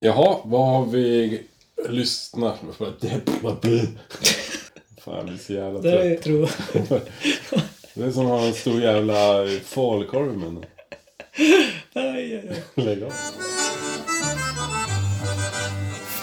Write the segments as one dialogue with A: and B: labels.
A: Jaha, vad har vi lyssnat på? Fan, vi är så jävla
B: Det
A: trött.
B: är, tror
A: Det är som att ha en stor jävla falukorv i munnen.
B: Aj, aj, aj.
A: Lägg av.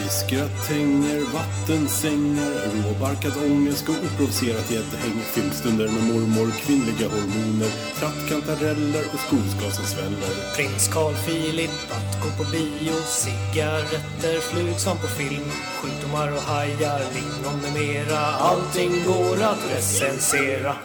C: Fiskgratänger, vattensängar, råbarkad ångest och oprovocerat gäddhäng. Filmstunder med mormor, kvinnliga hormoner, trattkantareller och skogsgas som sväller.
D: Prins Carl Philip att gå på bio Cigaretter, flug som på film Sjukdomar och hajar, lingon med mera Allting går att recensera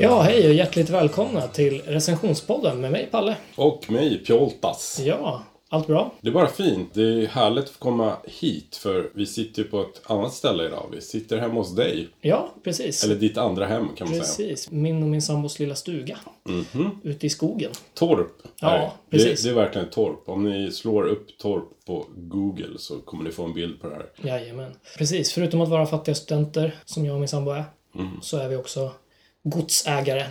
B: Ja, hej och hjärtligt välkomna till recensionspodden med mig Palle.
A: Och mig, Pjoltas.
B: Ja, allt bra?
A: Det är bara fint. Det är härligt att få komma hit för vi sitter ju på ett annat ställe idag. Vi sitter hemma hos dig.
B: Ja, precis.
A: Eller ditt andra hem kan man säga.
B: Precis. Min och min sambos lilla stuga. Ute i skogen.
A: Torp.
B: Ja,
A: är det.
B: precis.
A: Det, det är verkligen ett torp. Om ni slår upp torp på Google så kommer ni få en bild på det här.
B: Jajamän. Precis, förutom att vara fattiga studenter, som jag och min sambo är, så är vi också godsägare.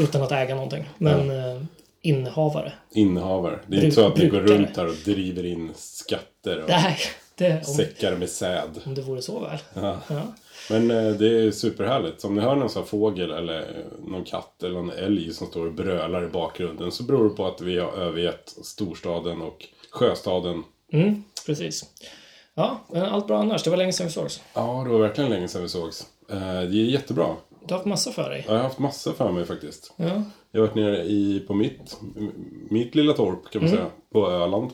B: Utan att äga någonting. Men eh, innehavare.
A: Innehavare. Det är
B: Bru-
A: inte så att ni går
B: brukare.
A: runt här och driver in skatter och
B: Nej, det, om,
A: säckar med säd.
B: om det vore så väl. Ja.
A: Men eh, det är superhärligt. Så om ni hör någon sån här fågel eller eh, någon katt eller någon älg som står och brölar i bakgrunden så beror det på att vi har övergett storstaden och sjöstaden.
B: Mm, precis. Ja, men allt bra annars. Det var länge sedan vi sågs.
A: Ja, det var verkligen länge sedan vi sågs. Eh, Det är jättebra.
B: Du har haft massa för dig.
A: Jag har haft massa för mig faktiskt.
B: Ja.
A: Jag har varit nere i, på mitt, mitt lilla torp kan man säga, på Öland.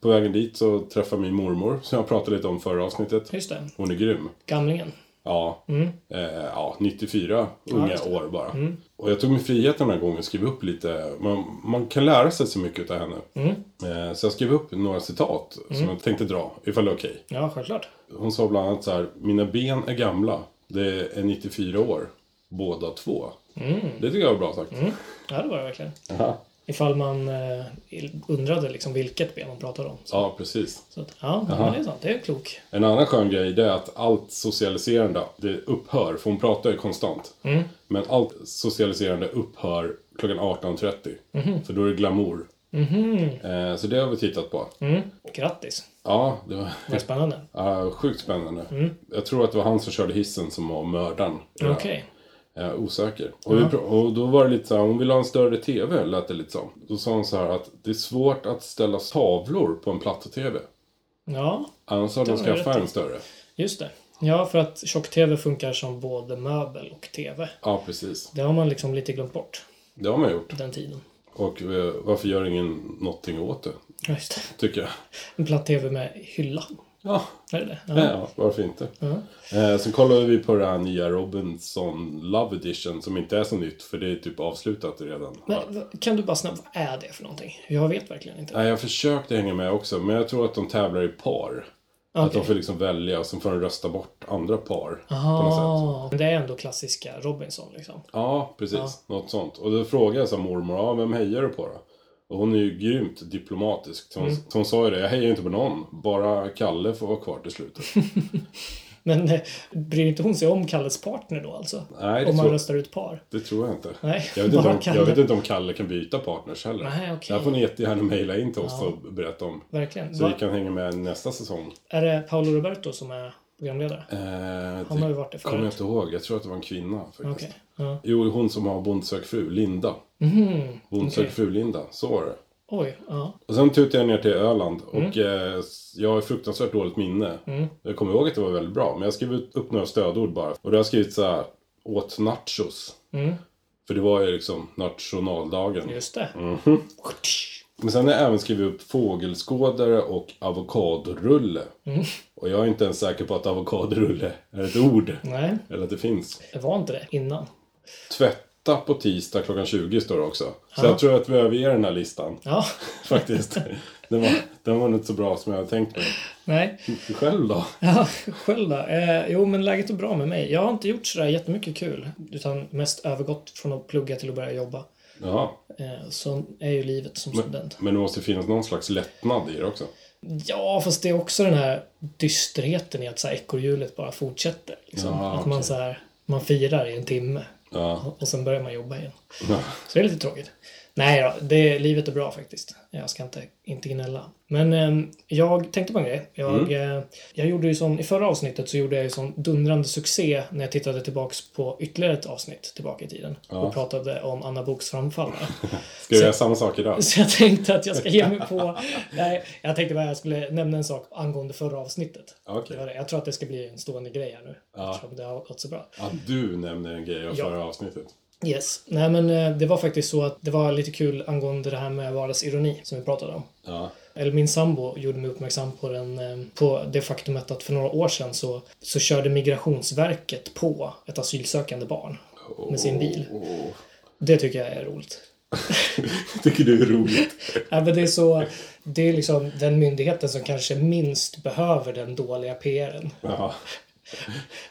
A: På vägen dit så träffade min mormor, som jag pratade lite om förra avsnittet.
B: Just det.
A: Hon är grym.
B: Gamlingen.
A: Ja, eh, ja 94 unga
B: just
A: år bara. Och jag tog mig friheten den här gången att skriva upp lite. Man, man kan lära sig så mycket av henne. Eh, så jag skrev upp några citat som jag tänkte dra, ifall det är okej.
B: Ja, självklart.
A: Hon sa bland annat så här, mina ben är gamla, det är 94 år, båda två. Det tycker jag var bra sagt.
B: Ja, det var det verkligen.
A: Aha.
B: Ifall man eh, undrade liksom vilket ben man pratade om. Så,
A: Ja, precis.
B: så att, ja, men det är sant. Det är klok.
A: En annan skön grej det är att allt socialiserande det upphör, för hon pratar ju konstant. Men allt socialiserande upphör klockan 18.30. För då är det glamour. Eh, så det har vi tittat på.
B: Grattis.
A: Ja, det var
B: Det är spännande.
A: ja, sjukt spännande. Jag tror att det var han som körde hissen som var mördaren.
B: Okej.
A: Jag är osäker. Och, vi, pr- och då var det lite så här, hon ville ha en större TV, lät det lite som. Då sa hon så här att det är svårt att ställa tavlor på en platt-TV.
B: Ja,
A: Annars har de
B: Den är
A: skaffat
B: rätt.
A: en större.
B: just det. Ja, för att tjock-tv funkar som både möbel och tv.
A: Ja, precis.
B: Det har man liksom lite glömt bort,
A: Det har man gjort.
B: den tiden.
A: Och eh, varför gör ingen någonting åt det?
B: Ja, just det.
A: Tycker jag.
B: En platt-tv med hylla.
A: Ja,
B: Är det det? Ja.
A: ja varför inte? Eh, sen kollade vi på det här nya Robinson Love Edition som inte är så nytt för det är typ avslutat redan.
B: Men, v- kan du bara snabbt, vad är det för någonting? Jag vet verkligen inte.
A: Nej, jag försökte hänga med också men jag tror att de tävlar i par. Att
B: Okej.
A: de får liksom välja och sen får de rösta bort andra par. På något sätt.
B: Ah, men det är ändå klassiska Robinson liksom.
A: Ja, precis. Något sånt. Och då frågade jag så här, mormor, ja, vem hejar du på då? Och hon är ju grymt diplomatisk. Så hon,
B: Mm.
A: så hon sa ju det, jag hejar inte på någon. Bara Kalle får vara kvar till slutet.
B: Men eh, bryr inte hon sig om Kalles partner då alltså?
A: Nej, det
B: om man
A: tror-
B: röstar ut par?
A: Det tror jag inte.
B: Nej,
A: jag, vet inte
B: bara
A: om,
B: Kalle.
A: jag vet inte om Kalle kan byta partners heller.
B: Nej, okej.
A: Det här får ni jättegärna mejla in till oss och berätta om.
B: Verkligen.
A: Så
B: Va,
A: vi kan hänga med nästa säsong.
B: Är det Paolo Roberto som är programledare?
A: Eh,
B: Han har ju varit det
A: kommer jag
B: förut.
A: inte ihåg. Jag tror att det var en kvinna faktiskt.
B: Okej. Ja. Mhm,
A: Jo, hon som har Bond sök fru, Linda. Bond sök
B: okej.
A: fru, Linda. Så var det.
B: Oj, ja.
A: Och sen tutade jag ner till Öland och eh, jag har fruktansvärt dåligt minne. Jag kommer ihåg att det var väldigt bra, men jag skrev ut- upp några stödord bara. Och då har jag skrivit så här, åt nachos. För det var ju liksom nationaldagen.
B: Just det.
A: Mhm. Men sen har jag även skrivit upp fågelskådare och avokadrulle. Och jag är inte ens säker på att avokadrulle är ett ord.
B: Nej,
A: Eller att det finns.
B: det var inte det innan.
A: Tvätta på tisdag klockan 20 står det också. Så jag tror att vi överger den här listan.
B: Ja,
A: Faktiskt. Den var, den var nog inte så bra som jag hade tänkt mig.
B: nej.
A: Du Själv då?
B: Ja, själv då? Eh, jo, men läget är bra med mig. Jag har inte gjort sådär jättemycket kul. Utan mest övergått från att plugga till att börja jobba.
A: Ja,
B: Eh, så är ju livet som student.
A: men det måste finnas någon slags lättnad i det också.
B: Ja, fast det är också den här dysterheten i att så här ekorrhjulet bara fortsätter. Liksom.
A: Ja,
B: att man,
A: okej.
B: så här, man firar i en timme
A: Ja,
B: och sen börjar man jobba igen.
A: Ja.
B: Så det är lite tråkigt. Nej då, det, livet är bra faktiskt. Jag ska inte, inte gnälla. Men eh, jag tänkte på en grej. Jag,
A: Mm.
B: eh, jag gjorde ju som, i förra avsnittet så gjorde jag ju sån dundrande succé när jag tittade tillbaks på ytterligare ett avsnitt tillbaka i tiden. Och pratade om Anna Boks framfall. där.
A: Ska jag göra samma sak idag?
B: Så jag tänkte att jag ska ge mig på... Nej, jag tänkte bara jag skulle nämna en sak angående förra avsnittet.
A: Okej.
B: Det var det. Jag tror att det ska bli en stående grej här nu. Eftersom det har gått så bra.
A: Ja, du nämner en grej av
B: Ja.
A: förra avsnittet.
B: Yes. Nej men eh, det var faktiskt så att det var lite kul angående det här med vardagsironi som vi pratade om.
A: Ja.
B: Eller min sambo gjorde mig uppmärksam på, den, eh, på det faktumet att för några år sedan så, så körde Migrationsverket på ett asylsökande barn med sin bil.
A: Åh.
B: Det tycker jag är roligt.
A: Tycker du är roligt?
B: Ja, men det, är så, det är liksom den myndigheten som kanske minst behöver den dåliga PRn.
A: Ja.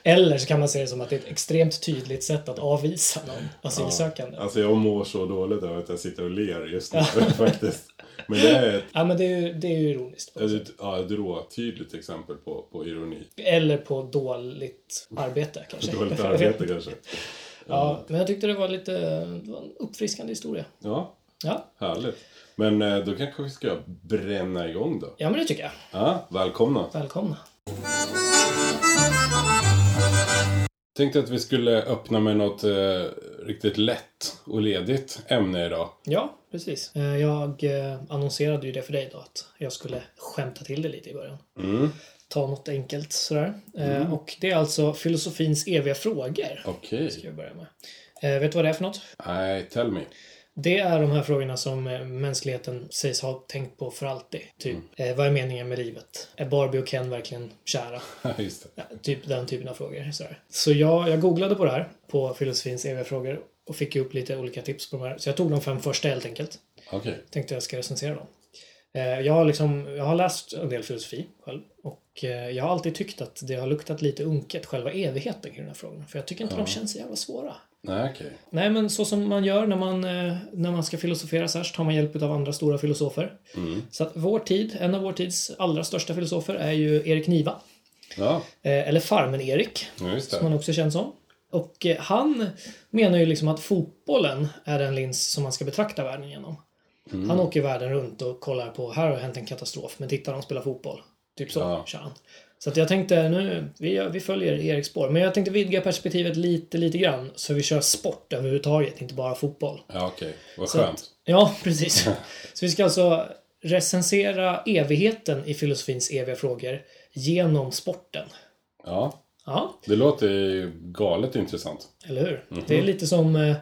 B: Eller så kan man se det som att det är ett extremt tydligt sätt att avvisa någon asylsökande.
A: Alltså jag mår så dåligt över att jag sitter och ler just nu faktiskt. Men det är ett, alltså,
B: Ja, men det är ju, det är ju ironiskt. på något sätt.
A: ett, ja, ett råtydligt exempel på, på ironi.
B: Eller på dåligt arbete kanske.
A: Dåligt arbete kanske.
B: Ja, men jag tyckte det var lite det var en uppfriskande historia.
A: Ja,
B: Ja,
A: härligt. Men eh, då kanske vi ska bränna igång då.
B: ja men det tycker jag.
A: Ja, välkomna.
B: Välkomna.
A: Tänkte att vi skulle öppna med något eh, riktigt lätt och ledigt ämne idag.
B: Ja, precis. Eh, Jag eh, annonserade ju det för dig då att jag skulle skämta till det lite i början. Ta något enkelt sådär. Eh, Och det är alltså filosofins eviga frågor.
A: Okej.
B: Ska jag börja med. Eh, Vet du vad det är för något?
A: Nej, tell me.
B: Det är de här frågorna som eh, mänskligheten sägs ha tänkt på för alltid. Typ, eh, vad är meningen med livet? Är Barbie och Ken verkligen kära?
A: just det.
B: Ja, typ den typen av frågor. Så, här. så jag, jag googlade på det här, på filosofins eviga frågor, och fick ju upp lite olika tips på de här. Så jag tog de fem första helt enkelt.
A: Okej.
B: Tänkte jag ska recensera dem. Eh, Jag har, liksom, jag har läst en del filosofi själv och eh, jag har alltid tyckt att det har luktat lite unket, själva evigheten kring den här frågan. För jag tycker inte de känns så jävla svåra.
A: Nej, okej.
B: Nej, men så som man gör när man, eh, när man ska filosofera så här så tar man hjälp av andra stora filosofer. Så att vår tid, en av vår tids allra största filosofer är ju Erik Niva.
A: Ja,
B: Eh, Eller Farmen-Erik,
A: ja, just
B: som han
A: det.
B: också känns som. Och eh, han menar ju liksom att fotbollen är den lins som man ska betrakta världen genom.
A: Mm.
B: Han åker världen runt och kollar på, här har hänt en katastrof, men titta de spelar fotboll. Typ så
A: Ja.
B: kör han. Så att jag tänkte nu, vi, vi följer Eriks spår. Men jag tänkte vidga perspektivet lite, lite grann. Så vi kör sport överhuvudtaget, inte bara fotboll.
A: Ja, okej. Vad
B: Så att,
A: skönt.
B: ja, precis. Så vi ska alltså recensera evigheten i filosofins eviga frågor genom sporten.
A: Ja,
B: Ja,
A: det låter ju galet intressant.
B: Eller hur?
A: Mhm.
B: Det är lite som eh,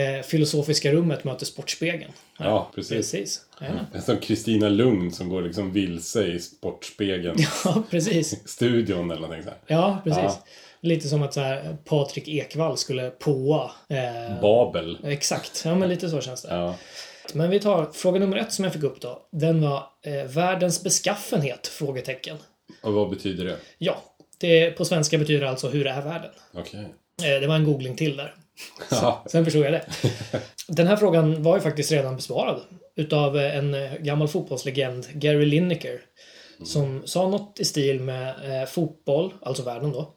B: eh, Filosofiska rummet möter Sportspegeln.
A: Ja, precis. Mm.
B: Precis. Ja.
A: Det är som Kristina Lund som går liksom vilse i Sportspegeln.
B: ja, precis.
A: Studion eller någonting så här.
B: Ja, precis.
A: Ja.
B: Lite som att så här, Patrik Ekwall skulle påa. Eh,
A: Babel.
B: exakt. Ja, men lite så känns det.
A: Ja.
B: Men vi tar fråga nummer ett som jag fick upp då. Den var eh, världens beskaffenhet? Frågetecken.
A: Och vad betyder det?
B: Ja, det på svenska betyder alltså hur är världen?
A: Okej.
B: Eh, det var en googling till där.
A: Ja,
B: Sen förstod jag det. Den här frågan var ju faktiskt redan besvarad utav eh, en eh, gammal fotbollslegend, Gary Lineker, som sa något i stil med eh, fotboll, alltså världen då,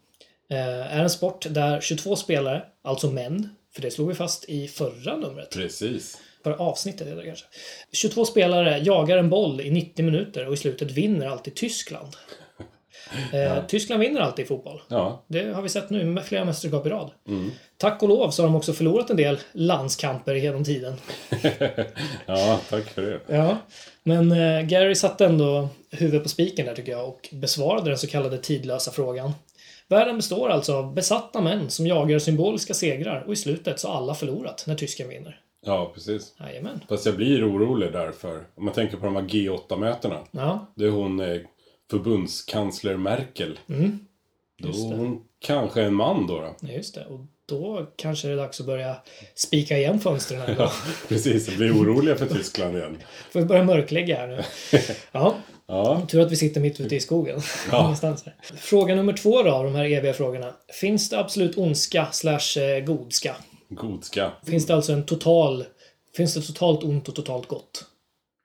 B: eh, är en sport där 22 spelare, alltså män, för det slog vi fast i förra numret,
A: precis.
B: förra avsnittet heter det kanske. 22 spelare jagar en boll i 90 minuter och i slutet vinner alltid Tyskland. Eh, Tyskland vinner alltid i fotboll.
A: Ja,
B: Det har vi sett nu med flera mästerskap i rad. Tack och lov så har de också förlorat en del landskamper genom tiden.
A: ja tack för det.
B: Ja. Men eh, Gary satte ändå huvudet på spiken där tycker jag och besvarade den så kallade tidlösa frågan. Världen består alltså av besatta män som jagar symboliska segrar och i slutet så har alla förlorat när tysken vinner.
A: Ja, precis.
B: Jajamän.
A: Fast jag blir orolig därför. Om man tänker på de här G8-mötena.
B: Ja,
A: Det är hon eh, förbundskansler Merkel. Då
B: Mm. Just det.
A: är hon kanske är en man då. då.
B: nej, just det. Och då kanske det är dags att börja spika igen fönstren här idag.
A: Precis, jag blir oroliga för Tyskland igen.
B: Får vi börja mörklägga här nu? Ja.
A: Ja,
B: Tur att vi sitter mitt ute i skogen.
A: Ja.
B: Någonstans här. Fråga nummer två då, av de här eviga frågorna. Finns det absolut ondska slash eh, godska?
A: godska.
B: Finns det alltså en total... Finns det totalt ont och totalt gott?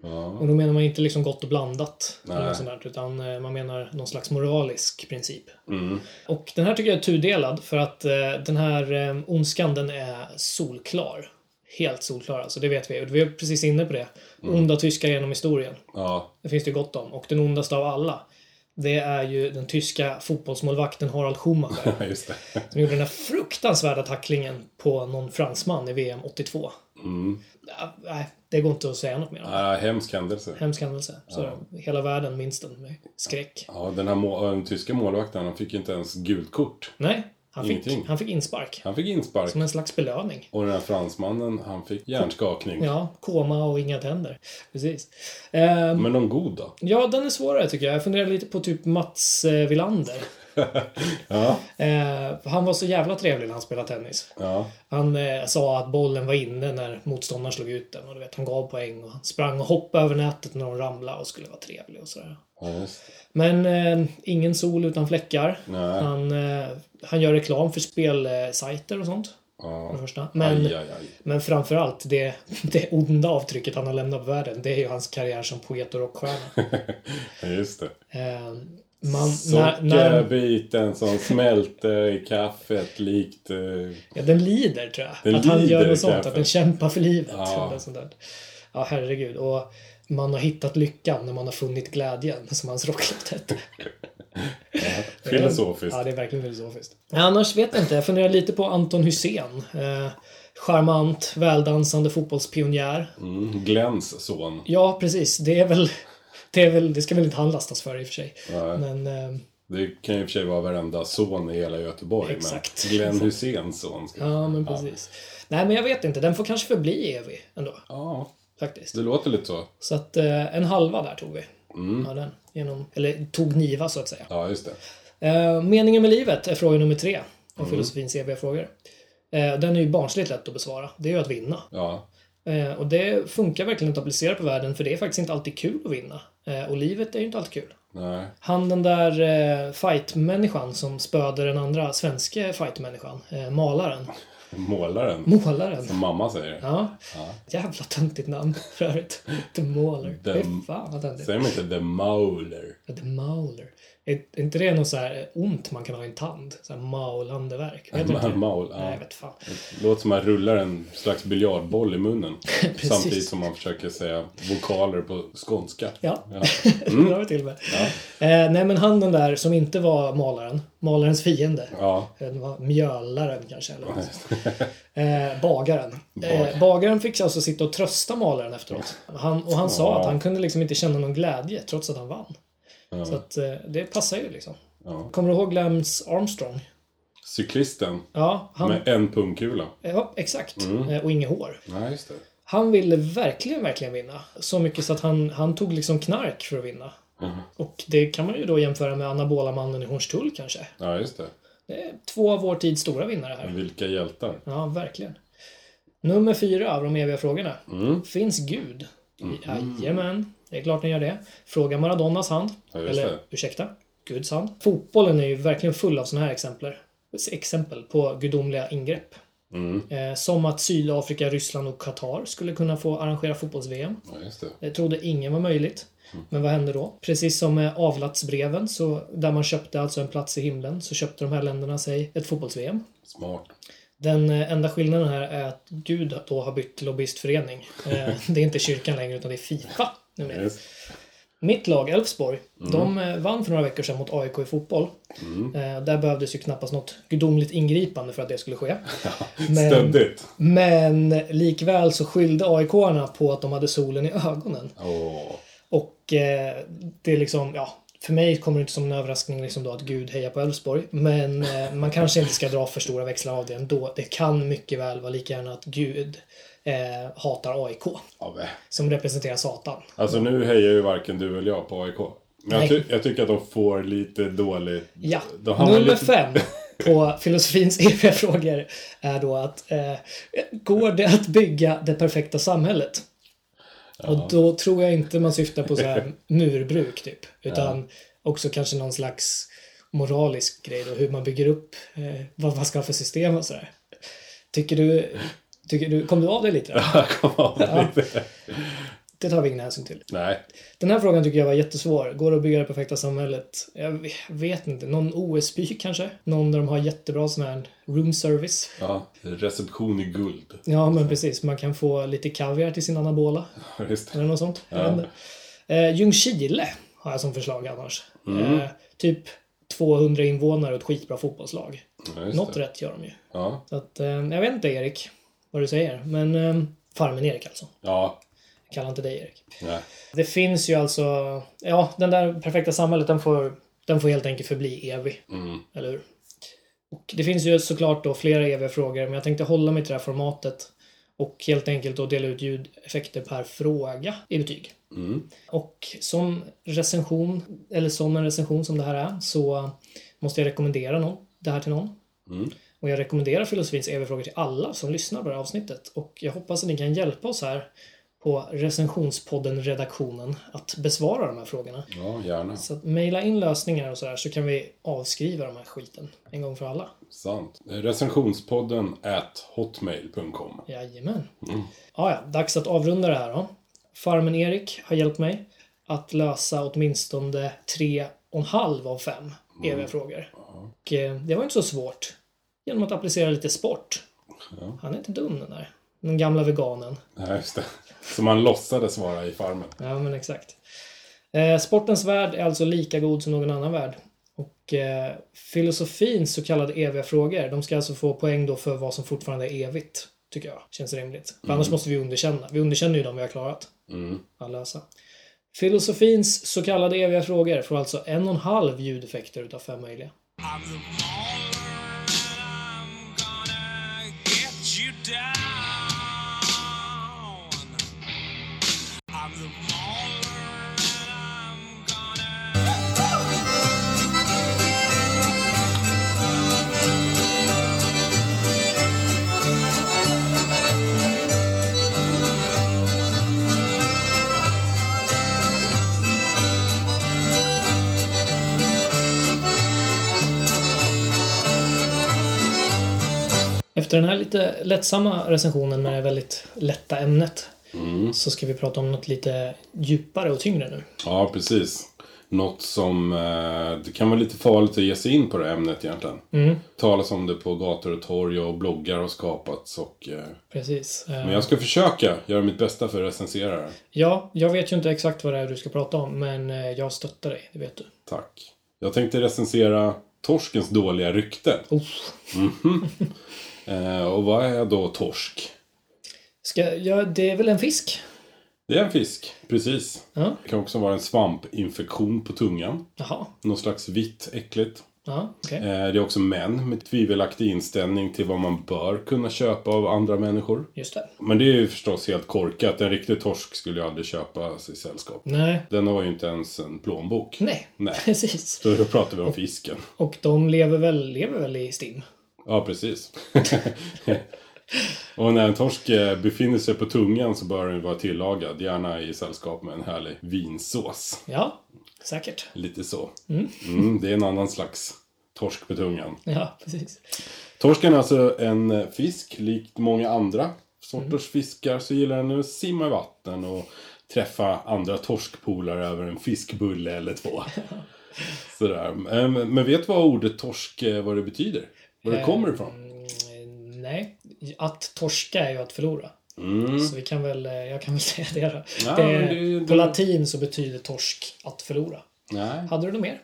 A: Ja,
B: Och då menar man inte liksom gott och blandat. eller
A: Nej.
B: något sånt där, Utan eh, man menar någon slags moralisk princip.
A: Mm.
B: Och den här tycker jag är tudelad för att eh, den här eh, ondskan den är solklar. Helt solklara, så det vet vi. Och vi är precis inne på det.
A: Mm.
B: Onda tyskar genom historien.
A: Ja,
B: Det finns det ju gott om. Och den ondaste av alla, det är ju den tyska fotbollsmålvakten Harald Schumacher.
A: just det.
B: Som gjorde den här fruktansvärda tacklingen på någon fransman i VM 82.
A: Mm.
B: Ja, nej, det går inte att säga något mer om.
A: Ja, hemsk händelse.
B: Hemsk händelse. Så Hela världen minns den med skräck.
A: Ja, den här må- den tyska målvakten, han fick ju inte ens gult kort.
B: Nej, han
A: Ingenting.
B: fick, han fick inspark.
A: Han fick inspark.
B: Som en slags belöning.
A: Och den här fransmannen, han fick hjärnskakning.
B: Ja, koma och inga tänder. Precis. Ehm,
A: Men någon god då?
B: ja, den är svårare tycker jag. Jag funderar lite på typ Mats eh, Wilander.
A: Ja,
B: Eh, han var så jävla trevlig när han spelade tennis.
A: ja.
B: Han eh, sa att bollen var inne när motståndaren slog ut den. Och du vet, han gav poäng och han sprang och hoppade över nätet när de ramlade och skulle vara trevlig och sådär.
A: ja just. det.
B: Men eh, ingen sol utan fläckar.
A: Nej.
B: Han, eh, han gör reklam för spelsajter och sånt. För
A: Ja.
B: det första. Men,
A: Aj, aj, aj.
B: men framförallt, det, det onda avtrycket han har lämnat på världen, det är ju hans karriär som poet och rockstjärna.
A: Ja, Just det.
B: Eh, man, när, när,
A: Sockerbiten som smälter i kaffet likt... eh,
B: ja, den lider, tror jag.
A: Den
B: att han
A: lider,
B: gör något sånt,
A: kanske.
B: att den kämpar för livet.
A: Ja.
B: Eller sånt där. ja, herregud. Och man har hittat lyckan när man har funnit glädjen, som hans rocklåt hette.
A: Filosofiskt.
B: Ja, det är verkligen filosofiskt. Ja, annars vet jag inte. Jag funderar lite på Anton Hussein. Eh, charmant, väldansande fotbollspionjär.
A: Mm, Glens son.
B: Ja, precis. Det är väl... Det, är väl, det ska väl inte han lastas för i och för sig.
A: Nej.
B: Men eh,
A: Det kan ju i och för sig vara varenda son i hela Göteborg.
B: Exakt.
A: Men Glenn Hyséns son. Ska...
B: ja, men precis. Nej, men jag vet inte. Den får kanske förbli evig ändå,
A: ja,
B: faktiskt.
A: det låter lite så.
B: Så att eh, en halva där tog vi. Ja, den. Genom, eller tog niva, så att säga.
A: Ja, just det.
B: Eh, meningen med livet är fråga nummer tre av filosofins eviga frågor. Eh, den är ju barnsligt lätt att besvara. Det är ju att vinna.
A: Ja,
B: Eh, och det funkar verkligen att applicera på världen för det är faktiskt inte alltid kul att vinna. Eh, och livet är ju inte alltid kul.
A: nej.
B: Han den där eh, fightmänniskan som spöade den andra svenska fightmänniskan, eh, malaren,
A: Målaren.
B: målaren.
A: Som mamma säger.
B: Ja. Jävla töntigt namn för övrigt. The Mauler.
A: The-
B: Fy fan vad töntigt.
A: Säger man inte The Mauler?
B: The Mauler. Är, är inte det något så här eh, ont man kan ha i en tand? Så här maulande verk. Vet du inte?
A: Ma- Maul, ja.
B: Nej, jag vet fan.
A: Låter som att man rullar en slags biljardboll i munnen.
B: Precis.
A: Samtidigt som man försöker säga vokaler på skånska.
B: Ja,
A: Mm.
B: det har vi till med. Eh, nej, men han den där som inte var malaren, malarens fiende. Eh,
A: Ja,
B: Den var mjölaren kanske. Eller något sånt. eh, bagaren. Eh, bagaren fick alltså sitta och trösta malaren efteråt. Han, och han sa
A: Ja.
B: att han kunde liksom inte känna någon glädje trots att han vann. Så att eh, det passar ju liksom.
A: Ja.
B: Kommer du ihåg Lance Armstrong?
A: cyklisten.
B: Ja, han,
A: Med en pungkula.
B: ja exakt.
A: Mm.
B: Eh, och inget hår.
A: Nej, just det.
B: Han ville verkligen, verkligen vinna. Så mycket så att han, han tog liksom knark för att vinna.
A: Mm.
B: Och det kan man ju då jämföra med anabolamannen i Hornstull kanske.
A: Ja, just det.
B: Det är två av vår tids stora vinnare här.
A: Vilka hjältar.
B: Ja, verkligen. Nummer fyra av de eviga frågorna.
A: Mm.
B: Finns Gud? Jajamän, det är klart ni gör det. Fråga Maradonas hand.
A: Ja, just
B: eller,
A: det.
B: ursäkta, Guds hand. Fotbollen är ju verkligen full av sådana här exempel. Exempel på gudomliga ingrepp.
A: Mm.
B: Eh, som att Sydafrika, Ryssland och Qatar skulle kunna få arrangera fotbolls-VM.
A: Ja, just det.
B: Det trodde ingen var möjligt. Men vad hände då? Precis som med avlatsbreven, så där man köpte alltså en plats i himlen, så köpte de här länderna sig ett fotbolls-VM.
A: Smart.
B: Den eh, enda skillnaden här är att Gud då har bytt lobbyistförening. Eh, Det är inte kyrkan längre utan det är Fifa
A: Ja,
B: numera.
A: just
B: Mitt lag Elfsborg, de eh, vann för några veckor sedan mot AIK i fotboll. Eh, Där behövdes ju knappast något gudomligt ingripande för att det skulle ske. Men-
A: Stöddigt.
B: Men likväl så skyllde AIK-arna på att de hade solen i ögonen.
A: Åh.
B: Och eh, det är liksom, ja, för mig kommer det inte som en överraskning liksom då att Gud hejar på Elfsborg. Men eh, man kanske inte ska dra för stora växlar av det ändå. Det kan mycket väl vara lika gärna att Gud eh, hatar AIK,
A: Ja, vä.
B: som representerar Satan.
A: Alltså nu hejar ju varken du eller jag på AIK. Men jag,
B: Nej.
A: ty- jag tycker att de får lite dålig...
B: Ja,
A: De hamnar
B: nummer
A: lite-
B: fem på filosofins eviga frågor är då att eh, går det att bygga det perfekta samhället? Och då tror jag inte man syftar på så här murbruk typ, utan också kanske någon slags moralisk grej då, hur man bygger upp eh, vad man ska ha för system och sådär. Tycker du, tycker du, kom du av det lite? Då?
A: Kom av
B: Ja.
A: lite.
B: Det tar vi ingen hänsyn till.
A: Nej.
B: Den här frågan tycker jag var jättesvår. Går det att bygga det perfekta samhället? Jag vet inte. Någon OS-by kanske? Någon där de har jättebra sån här room service?
A: Ja. Reception i guld.
B: Ja, men precis. Man kan få lite kaviar till sin anabola.
A: Just det.
B: Eller något sånt. Jag vet inte. Eh, Ljungskile har jag som förslag annars.
A: Mm.
B: Eh, typ 200 invånare och ett skitbra fotbollslag.
A: Ja, just
B: Något
A: det.
B: rätt gör de ju.
A: Ja.
B: Så att, eh, jag vet inte Erik, vad du säger. Men eh, farmen Erik alltså.
A: Ja.
B: Jag kallar inte dig Erik.
A: Nej.
B: Det finns ju alltså, ja den där perfekta samhället den får, den får helt enkelt förbli evig.
A: Mm.
B: Eller hur? Och det finns ju såklart då flera eviga frågor men jag tänkte hålla mig till det här formatet och helt enkelt då dela ut ljudeffekter per fråga i betyg.
A: Mm.
B: Och som recension, eller som en recension som det här är, så måste jag rekommendera någon, det här till någon.
A: Mm.
B: Och jag rekommenderar filosofins eviga frågor till alla som lyssnar på det här avsnittet. Och jag hoppas att ni kan hjälpa oss här på recensionspodden-redaktionen att besvara de här frågorna.
A: Ja, gärna.
B: Så att mejla in lösningar och sådär så kan vi avskriva de här skiten en gång för alla.
A: Sant. Recensionspodden at hotmail.com.
B: Jajamän. Ah, Ja, ja, dags att avrunda det här då. Farmen Erik har hjälpt mig att lösa åtminstone tre och en halv av fem eviga frågor. Och eh, det var inte så svårt. Genom att applicera lite sport. Han är inte dum den där. Den gamla veganen.
A: Nej, just det. Som man låtsades vara i Farmen.
B: Ja, men exakt. Eh, sportens värld är alltså lika god som någon annan värld. Och eh, filosofins så kallade eviga frågor, de ska alltså få poäng då för vad som fortfarande är evigt. Tycker jag. Känns rimligt. För annars måste vi underkänna. Vi underkänner ju de vi har klarat
A: Mm.
B: att lösa. Filosofins så kallade eviga frågor får alltså en och en halv ljudeffekter utav fem möjliga.
E: I'm the baller and I'm gonna get you down. I'm the baller and I'm gonna.
B: Efter den här lite lättsamma recensionen med det väldigt lätta ämnet
A: Mm.
B: så ska vi prata om något lite djupare och tyngre nu.
A: Ja, precis. Något som... Eh, det kan vara lite farligt att ge sig in på det här ämnet egentligen.
B: Mm.
A: Talas om det på gator och torg och bloggar har skapats och... Eh,
B: Precis. Eh,
A: men jag ska försöka göra mitt bästa för att recensera det.
B: Ja, jag vet ju inte exakt vad det är du ska prata om, men eh, jag stöttar dig, det vet du.
A: Tack. Jag tänkte recensera torskens dåliga rykte. Mhm.
B: Oh.
A: Eh, och vad är då torsk?
B: Ska, ja, det är väl en fisk?
A: Det är en fisk, precis.
B: Ja.
A: Det kan också vara en svampinfektion på tungan.
B: Jaha.
A: Någon slags vitt, äckligt.
B: Ja, okej.
A: Eh, Det är också män med tvivelaktig inställning till vad man bör kunna köpa av andra människor.
B: Just det.
A: Men det är ju förstås helt korkat. En riktig torsk skulle ju aldrig köpa sig sällskap.
B: Nej.
A: Den har ju inte ens en plånbok.
B: Nej.
A: Nej.
B: Precis.
A: Så då pratar vi om fisken.
B: Och de lever väl, lever väl i STIM?
A: Ja, precis. Och när en torsk eh, befinner sig på tungan så bör den vara tillagad, gärna i sällskap med en härlig vinsås.
B: Ja, säkert.
A: Lite så. Mm, det är en annan slags torsk på tungan.
B: Ja, precis.
A: Torsken är alltså en fisk, likt många andra sorters fiskar så gillar den att simma i vatten och träffa andra torskpolare över en fiskbulle eller två. Sådär. Eh, Men men vet du vad ordet torsk, eh, vad det betyder? Var det kommer ifrån?
B: Eh, Mm, Nej. Att torska är ju att förlora. Så vi kan väl, eh, jag kan väl säga det då.
A: Mm. Ja,
B: det,
A: men det- det-
B: På latin så betyder torsk att förlora.
A: Nej.
B: Hade du något mer?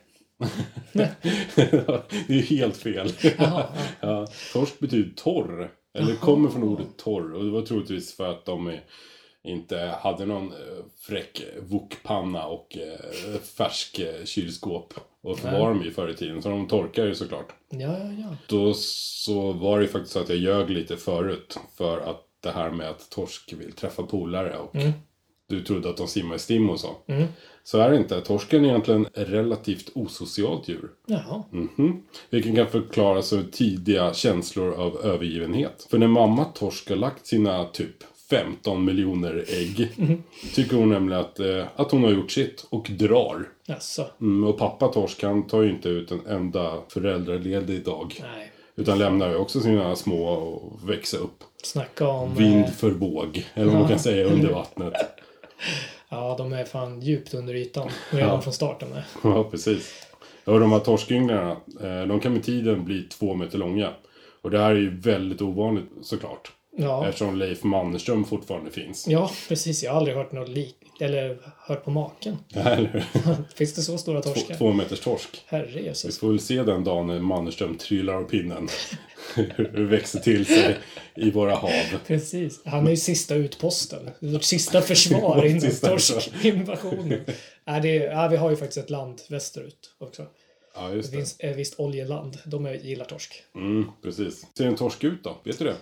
A: det är ju helt fel.
B: Jaha,
A: ja. Torsk betyder torr. Eller kommer från ordet torr. Och det var troligtvis för att de eh, inte hade någon eh, fräck wokpanna och eh, färsk eh, kylskåp. Och förvara dem i förr i tiden. Så de torkar ju såklart.
B: Ja, ja, ja.
A: Då så var det ju faktiskt så att jag ljög lite förut. För att det här med att torsk vill träffa polare och du trodde att de simmar i stim och så. Så är det inte. Torsken är egentligen ett relativt osocialt djur.
B: Jaha.
A: Mhm. Vilken kan förklaras av tidiga känslor av övergivenhet. För när mamma torsk har lagt sina typ 15 miljoner ägg tycker hon nämligen att, eh, att hon har gjort sitt och drar.
B: Jaså?
A: Mm, och pappa torsk han tar ju inte ut en enda föräldraledig dag.
B: Nej.
A: Utan lämnar ju också sina små och växa upp.
B: Snacka om... eh,
A: Vind för våg, eller vad man kan säga under vattnet.
B: Ja, de är fan djupt under ytan. Redan
A: Ja.
B: från starten med.
A: Ja, precis. Och de här torskynglarna, eh, de kan med tiden bli två meter långa. Och det här är ju väldigt ovanligt såklart.
B: Ja.
A: Eftersom Leif Mannerström fortfarande finns.
B: ja, precis. Jag har aldrig hört något lik eller hört på maken.
A: Eller hur?
B: Finns det så stora
A: Två,
B: torskar?
A: två meters torsk.
B: Herre
A: Vi
B: Jesus.
A: får väl se den dagen när Mannerström trillar av pinnen. Hur det växer till sig i våra hav.
B: Precis. Han är ju sista utposten. Vårt sista försvar
A: Vårt
B: innan
A: sista försvar.
B: torskinvasionen. Nej, det är, ja, vi har ju faktiskt ett land västerut också.
A: Ja, just
B: Det
A: det.
B: finns ett visst oljeland. De är, gillar torsk.
A: Mm, precis. Ser en torsk ut då? Vet du det?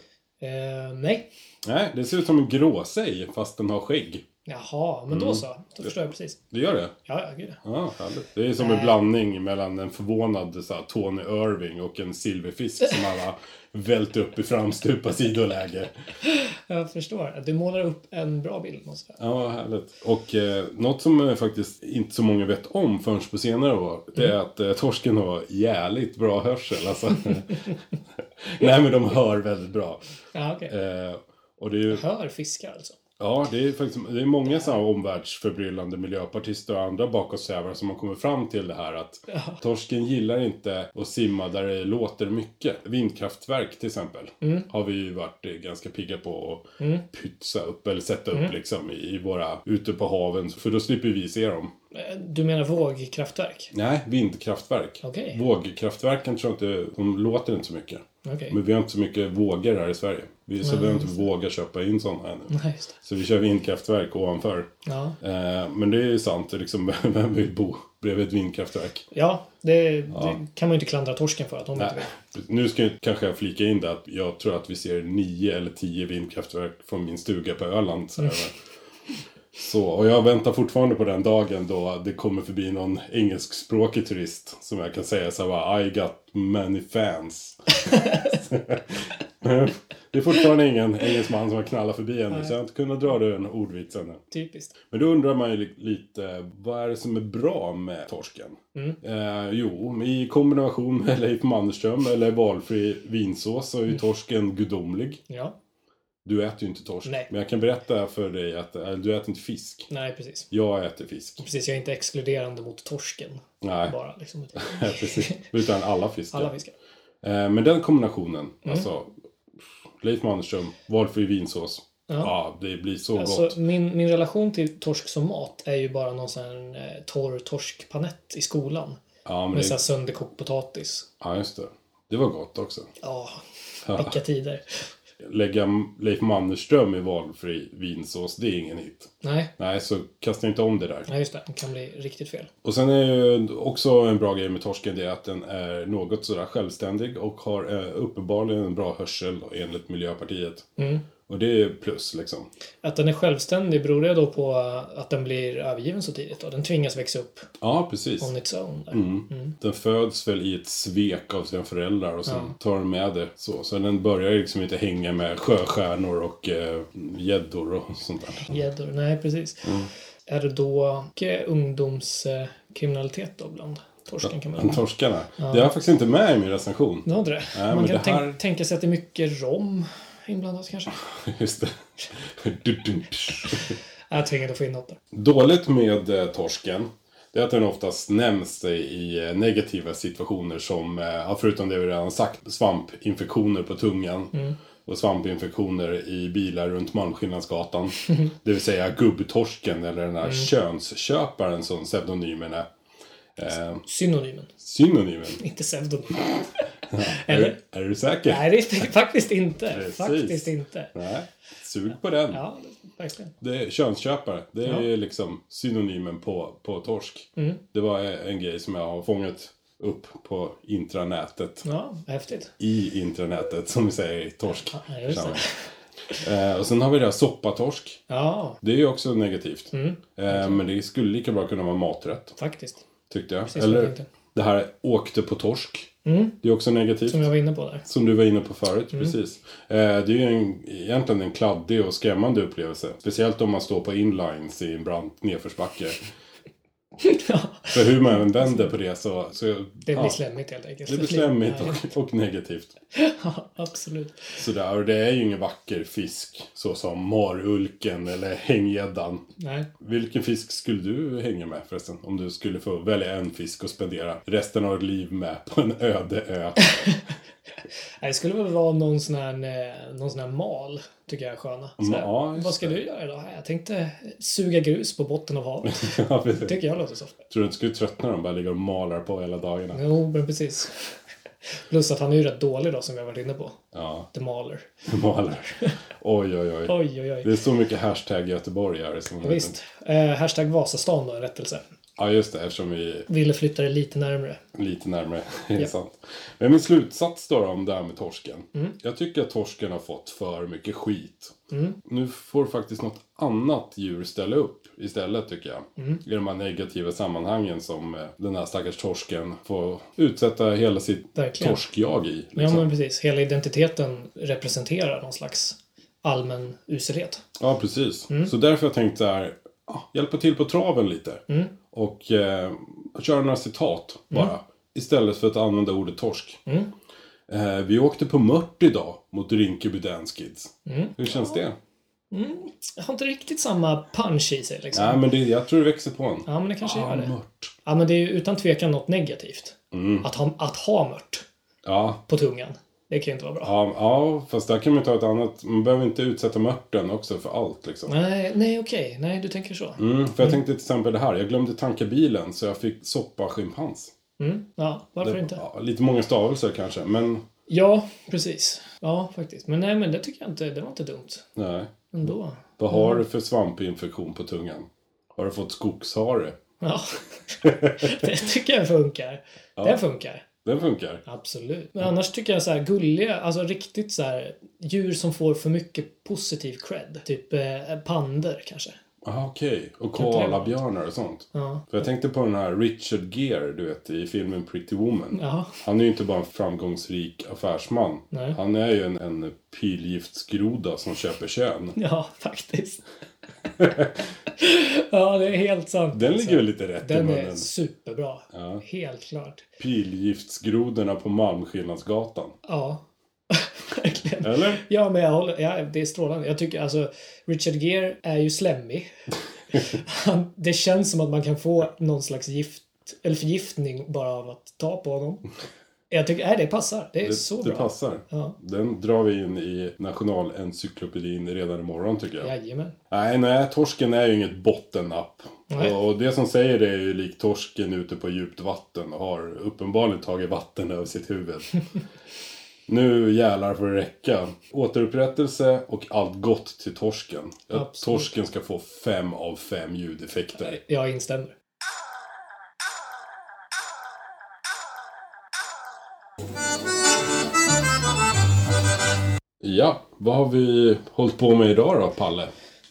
B: Eh, nej.
A: Nej, det ser ut som en gråsej fast den har skägg.
B: Jaha, men
A: Mm.
B: då så. Då förstår jag precis.
A: Det gör det?
B: Ja, ja, gud.
A: Ja, härligt. Det är som en blandning mellan en förvånad så här, Tony Irving och en silverfisk som alla vält upp i framstupa sidoläge.
B: Jag förstår. Du målar upp en bra bild, måste jag säga.
A: Ja, härligt. Och eh, något som eh, faktiskt inte så många vet om förrän på senare år, det är att eh, torsken har jävligt bra hörsel. Alltså. Nej, men de hör väldigt bra.
B: Ja, okej.
A: Eh, och det är ju,
B: Hör fiskar alltså.
A: ja, det är faktiskt det är många så här omvärldsförbryllande miljöpartister och andra bakåtsträvare som har kommit fram till det här att torsken gillar inte att simma där det låter mycket. Vindkraftverk till exempel
B: Mm.
A: har vi ju varit eh, ganska pigga på att pytsa upp eller sätta upp
B: Mm.
A: liksom i i våra, ute på haven, för då slipper vi se dem.
B: Eh, Du menar vågkraftverk?
A: Nej, vindkraftverk.
B: Okej.
A: Vågkraftverken tror jag inte, de låter inte så mycket.
B: Okej. Mm.
A: Men vi har inte så mycket vågor här i Sverige. Vi, så vi har inte vågat köpa in sådana ännu.
B: Nej, just det.
A: Så vi kör vindkraftverk ovanför.
B: Ja.
A: Eh, men det är ju sant, liksom, vem vill bo bredvid ett vindkraftverk?
B: Ja, det, det kan man ju inte klandra torsken för att de inte
A: Nej.
B: vill.
A: Nu ska jag kanske flika in det att jag tror att vi ser nio eller tio vindkraftverk från min stuga på Öland. Så, här. så och jag väntar fortfarande på den dagen då det kommer förbi någon engelskspråkig turist som jag kan säga så här bara, I got many fans. det är fortfarande ingen engelsman som har knallat förbi ännu så jag har inte kunnat dra den ordvitsen än.
B: Typiskt.
A: Men då undrar man ju li- lite, vad är det som är bra med torsken?
B: Mm.
A: Eh, jo, i kombination med Leif Mannerström eller valfri vinsås så är
B: Mm.
A: ju torsken gudomlig.
B: Ja.
A: Du äter ju inte torsk.
B: Nej.
A: Men jag kan berätta för dig att eh, du äter inte fisk.
B: Nej, precis.
A: Jag äter fisk.
B: Precis, jag är inte exkluderande mot torsken.
A: Nej,
B: Bara liksom.
A: precis. Utan alla fiskar.
B: Alla fiskar. Mm.
A: Eh, men den kombinationen, alltså Leif Mannerström, valfri vinsås. Ja, det blir så gott.
B: Alltså, min, min relation till torsk som mat är ju bara någon sån här eh, torr torskpanett i skolan.
A: Ja, men
B: Med sån här
A: det,
B: sönderkokt potatis.
A: ja, just det. Det var gott också.
B: Ja, vilka tider.
A: lägga Leif Mannerström i valfri vinsås, det är ingen hit.
B: Nej,
A: Nej, så kasta inte om det där.
B: nej just det. Det kan bli riktigt fel.
A: Och sen är ju också en bra grej med torsken det är att den är något sådär självständig och har eh, uppenbarligen en bra hörsel då, enligt Miljöpartiet.
B: Mm.
A: Och det är plus liksom.
B: Att den är självständig, beror det då på att den blir övergiven så tidigt? Och den tvingas växa upp
A: Ja, precis.
B: on its own? Där.
A: Mm.
B: mm.
A: Den föds väl i ett svek av sina föräldrar och sen tar den med det så. Så den börjar ju liksom inte hänga med sjöstjärnor och eh, gäddor och sånt där.
B: Gäddor? Nej, precis.
A: Mm.
B: Är det då mycket ungdomskriminalitet då bland torsken kan man
A: Men torskarna, det är jag faktiskt inte med i min recension.
B: Det var inte det.
A: Nej,
B: man
A: men
B: kan
A: det här-
B: tänk, tänka sig att det är mycket rom inblandat kanske.
A: Just det. Du, du.
B: Nej, Jag tvingade att få in något där.
A: Dåligt med eh, torsken, det är att den oftast nämns i eh, negativa situationer som, eh, ja, förutom det vi redan sagt, svampinfektioner på tungan.
B: Mm.
A: Och svampinfektioner i bilar runt Malmskillnadsgatan. det vill säga gubbtorsken eller den här
B: Mm.
A: könsköparen som pseudonymen är. Eh,
B: Synonymen,
A: synonymen.
B: inte pseudonym.
A: Är,
B: Eller?
A: är du säker?
B: Nej, det är faktiskt inte.
A: Precis.
B: Faktiskt inte.
A: Nej. Sug på den.
B: Ja, verkligen.
A: Det är könsköpare. Det är ju liksom synonymen på, på torsk.
B: Mm.
A: Det var en grej som jag har fångat upp på intranätet.
B: Ja, häftigt.
A: I intranätet, som vi säger i torsk.
B: Ja, just det.
A: Eh, och sen har vi det här soppatorsk.
B: Ja,
A: Det är ju också negativt.
B: Mm.
A: Eh, men det skulle lika bra kunna vara maträtt,
B: faktiskt.
A: tyckte jag.
B: Precis vad jag
A: Eller
B: tänkte. Mm.
A: det här åkte på torsk. Det är också negativt.
B: Som jag var inne på där.
A: Som du var inne på förut,
B: Mm.
A: precis. Eh, det är ju en, egentligen en kladdig och skrämmande upplevelse. Speciellt om man står på inlines i en brant nedförsbacke.
B: Ja,
A: För hur man än vänder på det så... så
B: Det blir slemmigt helt enkelt.
A: Det blir slemmigt och, och negativt.
B: Ja, absolut.
A: Sådär, och det är ju ingen vacker fisk så som marulken eller hänggäddan.
B: Nej.
A: Vilken fisk skulle du hänga med förresten? Om du skulle få välja en fisk och spendera resten av ditt liv med på en öde ö.
B: Nej, Det skulle väl vara någon sån här, eh, någon sån här mal, tycker jag är sköna. Så
A: Ja,
B: här,
A: just
B: vad ska
A: det.
B: du göra idag? Jag tänkte suga grus på botten av havet.
A: Ja, precis.
B: tycker jag låter så.
A: Tror du inte skulle tröttna när de bara ligger och malar på hela dagarna?
B: Jo, men precis. Plus att han är ju rätt dålig då, som vi har varit inne på.
A: Ja,
B: The Maler.
A: malar. Oj, oj, oj.
B: Oj, oj, oj.
A: Det är så mycket hashtag göteborgare som...
B: Ja, Visst. Eh, hashtag Vasastan då, en rättelse.
A: Ja, just det, eftersom vi
B: Ville flytta det lite närmre.
A: Lite närmare. Det är
B: Ja.
A: sant. Men min slutsats då om det här med torsken.
B: Mm.
A: Jag tycker att torsken har fått för mycket skit.
B: Mm.
A: Nu får faktiskt något annat djur ställa upp istället tycker jag.
B: Mm.
A: I de här negativa sammanhangen som eh, den här stackars torsken får utsätta hela sitt
B: Verkligen.
A: torskjag i. Liksom.
B: Ja, men precis. Hela identiteten representerar någon slags allmän uselhet.
A: Ja, precis.
B: Mm.
A: Så därför har jag tänkt så här, ah, hjälpa till på traven lite.
B: Mm.
A: Och eh, köra några citat bara. Istället för att använda ordet torsk.
B: Mm.
A: Eh, vi åkte på mört idag mot Rinkeby Dance Kids.
B: Mm.
A: Hur känns det?
B: Jag har inte riktigt samma punch i sig liksom.
A: Nej, men det, jag tror det växer på en.
B: Ja, men det kanske
A: Ah,
B: gör det.
A: mört.
B: Ja, men det är ju utan tvekan något negativt.
A: Mm.
B: Att, ha, att ha mört
A: Ja,
B: på tungan. Det kan ju inte vara bra.
A: ja, ja, fast där kan man ju ta ett annat. Man behöver inte utsätta mörten också för allt liksom.
B: Nej, nej okej. Nej, du tänker så.
A: Mm, för jag tänkte till exempel det här. Jag glömde tanka bilen så jag fick soppa schimpans.
B: Mm. Ja, varför inte?
A: Ja, lite många stavelser kanske, men
B: Ja, precis. Ja, faktiskt. Men nej, men det tycker jag inte. Det var inte dumt.
A: nej.
B: Ändå.
A: Vad har
B: Mm.
A: du för svampinfektion på tungan? Har du fått skogshare?
B: Ja. det tycker jag funkar. Det funkar.
A: Den funkar.
B: Absolut. Men annars tycker jag så här gulliga, alltså riktigt så här djur som får för mycket positiv cred. Typ eh, pander kanske.
A: Aha, Ah, okej. Och koalabjörnar och sånt.
B: Ja.
A: För jag tänkte på den här Richard Gere, du vet, i filmen Pretty Woman.
B: Ja.
A: Han är ju inte bara en framgångsrik affärsman.
B: Nej.
A: Han är ju en, en pilgiftsgroda som köper kön.
B: Ja, faktiskt. ja, det är helt sant.
A: Den
B: alltså.
A: ligger väl lite rätt i
B: Den
A: munnen?
B: är superbra. Helt klart.
A: Pilgiftsgrodorna på Malmskillnadsgatan.
B: Ja. Verkligen.
A: Eller?
B: Ja, men jag håller, ja, det är strålande. Jag tycker alltså, Richard Gere är ju slemmig. Han, det känns som att man kan få någon slags gift, eller förgiftning bara av att ta på honom. Jag tycker, nej det passar. Det är så
A: det
B: bra.
A: passar.
B: Ja.
A: Den drar vi in i nationalencyklopedin redan imorgon tycker jag.
B: Jajamän.
A: Nej, nej, torsken är ju inget bottennapp.
B: Nej.
A: Och det som säger det är ju lik torsken ute på djupt vatten och har uppenbarligen tagit vatten över sitt huvud. nu jälar får det räcka. Återupprättelse och allt gott till torsken. Att
B: Absolut.
A: torsken ska få fem av fem ljudeffekter.
B: Jag instämmer.
A: Ja, vad har vi hållit på med idag då, Palle?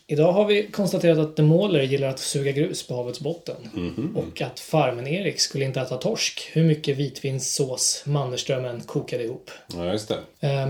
B: Idag har vi konstaterat att The Mauler gillar att suga grus på havets botten.
A: Mhm.
B: Och att Farmen-Erik skulle inte äta torsk hur mycket vitvinssås Mannerström än kokade ihop.
A: Ja, just det.
B: Eh,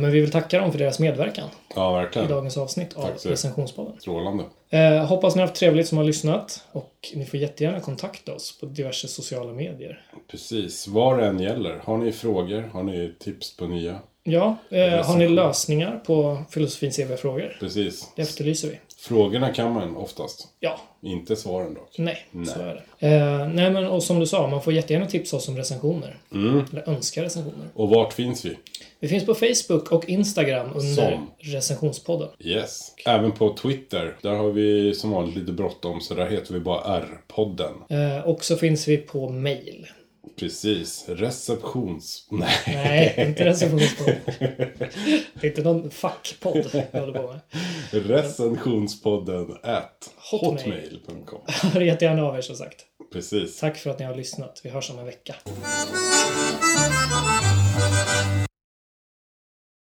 B: Men vi vill tacka dem för deras medverkan
A: Ja,
B: i
A: verkligen.
B: dagens avsnitt av
A: Tack så mycket.
B: Recensionspodden.
A: Strålande.
B: Eh, hoppas ni har haft trevligt som har lyssnat och ni får jättegärna kontakta oss på diverse sociala medier.
A: Precis. Vad det än gäller. Har ni frågor? Har ni tips på nya?
B: Ja, eh, har ni lösningar på filosofins eviga frågor?
A: Precis.
B: Det efterlyser vi.
A: Frågorna kan man oftast.
B: Ja,
A: Inte svaren dock.
B: nej, så är det. Eh, nej, men och som du sa, man får jättegärna tipsa oss om recensioner.
A: Mm.
B: Eller önska recensioner.
A: Och vart finns vi?
B: Vi finns på Facebook och Instagram under
A: Som?
B: recensionspodden.
A: Yes. Även på Twitter. Där har vi som vanligt lite bråttom så där heter vi bara R-podden.
B: Eh, och så finns vi på mail.
A: Precis. Receptions... Nej.
B: Nej, inte recensionspodden. det är inte någon fackpodd jag håller på med.
A: Recensionspodden at
B: Hotmail.
A: hotmail.com.
B: Hör jättegärna av er som sagt.
A: Precis.
B: Tack för att ni har lyssnat. Vi hörs om en vecka.